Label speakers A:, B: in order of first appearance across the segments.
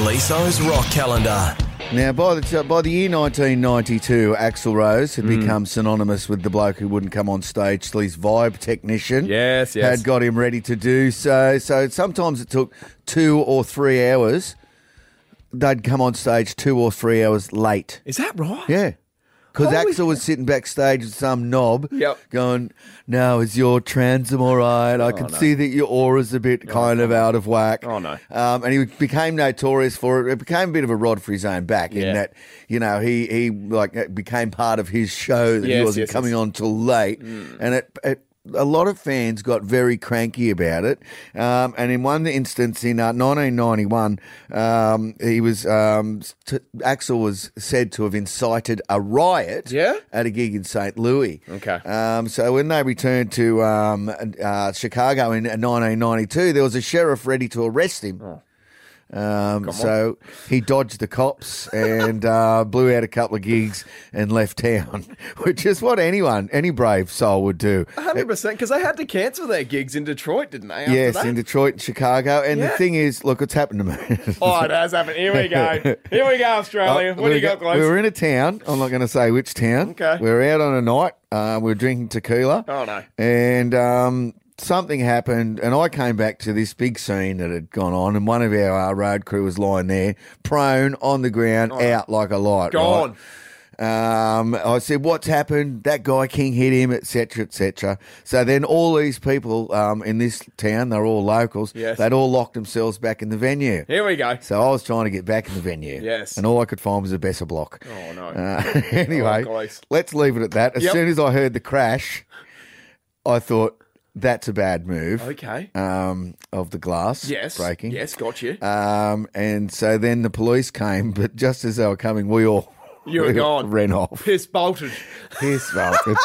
A: Liso's Rock Calendar.
B: Now, by the, by the year 1992, Axel Rose
C: Hmm.
B: had become synonymous with the bloke who wouldn't come on stage till his vibe technician
C: Yes, yes.
B: had got him ready to do so. So sometimes it took two or three hours. They'd come on stage two or three hours late.
C: Is that right?
B: Yeah. Because
C: Holy
B: Axel was sitting backstage with some knob
C: Yep.
B: going, Now, is your transom all right? I can see that your aura's a bit kind of out of whack.
C: Oh, no.
B: Um, and he became notorious for it. It became a bit of a rod for his own back
C: Yeah.
B: in that, you know, he, he like it became part of his show that he
C: Yes,
B: wasn't
C: yes,
B: coming
C: yes.
B: on till late. And it, it, a lot of fans got very cranky about it. Um, and in one instance, in uh, 1991, um, he was um, t- Axel was said to have incited a riot
C: Yeah?
B: at a gig in St. Louis.
C: Okay.
B: Um, so when they returned to um, uh, Chicago in 1992, there was a sheriff ready to arrest him.
C: Oh.
B: Um, so he dodged the cops and uh, blew out a couple of gigs and left town, which is what anyone, any brave soul would do.
C: 100% because they had to cancel their gigs in Detroit, didn't they? after
B: Yes,
C: that?
B: in Detroit and Chicago. And the
C: Yeah.
B: thing is, look, it's happened to me.
C: Oh, it has happened. Here we go. Here we go, Australia. what do
B: Uh, we
C: you got,
B: go- We
C: guys?
B: were in a town. I'm not going to say which town.
C: Okay.
B: We were out on a night. Uh, we were drinking tequila.
C: Oh, no.
B: And um, something happened, and I came back to this big scene that had gone on, and one of our uh, road crew was lying there, prone on the ground, out like a light.
C: Oh, Gone.
B: right? Um, I said, "What's happened? That guy King hit him, etc., etc." So then, all these people um, in this town—they're all locals.
C: Yes.
B: They'd all locked themselves back in the venue.
C: Here we go.
B: So I was trying to get back in the venue.
C: Yes.
B: And all I could find was a Besser block.
C: Oh, no.
B: Uh, anyway,
C: Oh, guys.
B: let's leave it at that. As
C: Yep.
B: soon as I heard the crash, I thought that's a bad move.
C: Okay.
B: Um, of the glass
C: yes.
B: breaking.
C: Yes, got you.
B: Um, and so then the police came, but just as they were coming, we all
C: You were
B: we all
C: gone.
B: ran off.
C: Piss bolted.
B: Piss bolted,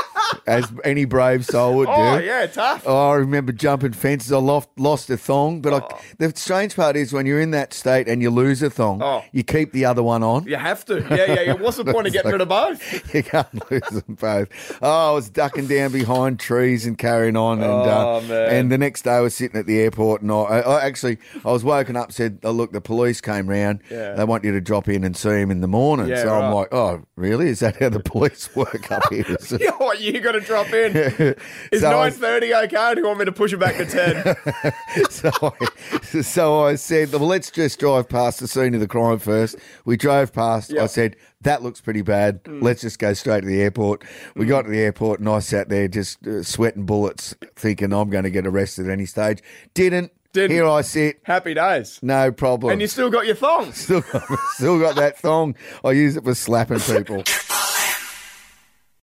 B: as any brave soul would
C: Oh,
B: do.
C: yeah, tough.
B: Oh, I remember jumping fences. I lost, lost a thong, but I, the strange part is when you're in that state and you lose a thong,
C: Oh.
B: you keep the other one on.
C: You have to. Yeah, yeah, yeah. What's the point of getting rid of both?
B: You can't lose them both. Oh, I was ducking down behind trees and carrying on, and
C: Oh,
B: uh,
C: man.
B: and the next day I was sitting at the airport, and I, I I actually I was woken up said, oh, "Look, the police came round.
C: Yeah.
B: They want you to drop in and see him in the morning."
C: Yeah,
B: so I'm
C: right.
B: like, "Oh, really? Is that how the police work up here?" So-
C: Oh, you got to drop in. Is
B: So I-
C: 9.30 okay? Or do you want me to push it back to 10?
B: so, I, so I said, well, let's just drive past the scene of the crime first. We drove past. I
C: Yeah. Mm.
B: said, that looks pretty bad. Let's just go straight to the airport. We got to the airport and I sat there just uh, sweating bullets, thinking I'm going to get arrested at any stage. Didn't.
C: Didn't.
B: Here I sit.
C: Happy days.
B: No problem.
C: And you still got your thongs.
B: still, still got that thong. I use it for slapping people.